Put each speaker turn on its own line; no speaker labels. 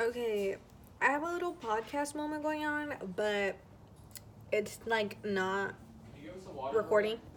Okay, I have a little podcast moment going on, but it's like not
Can you give us a water?
recording.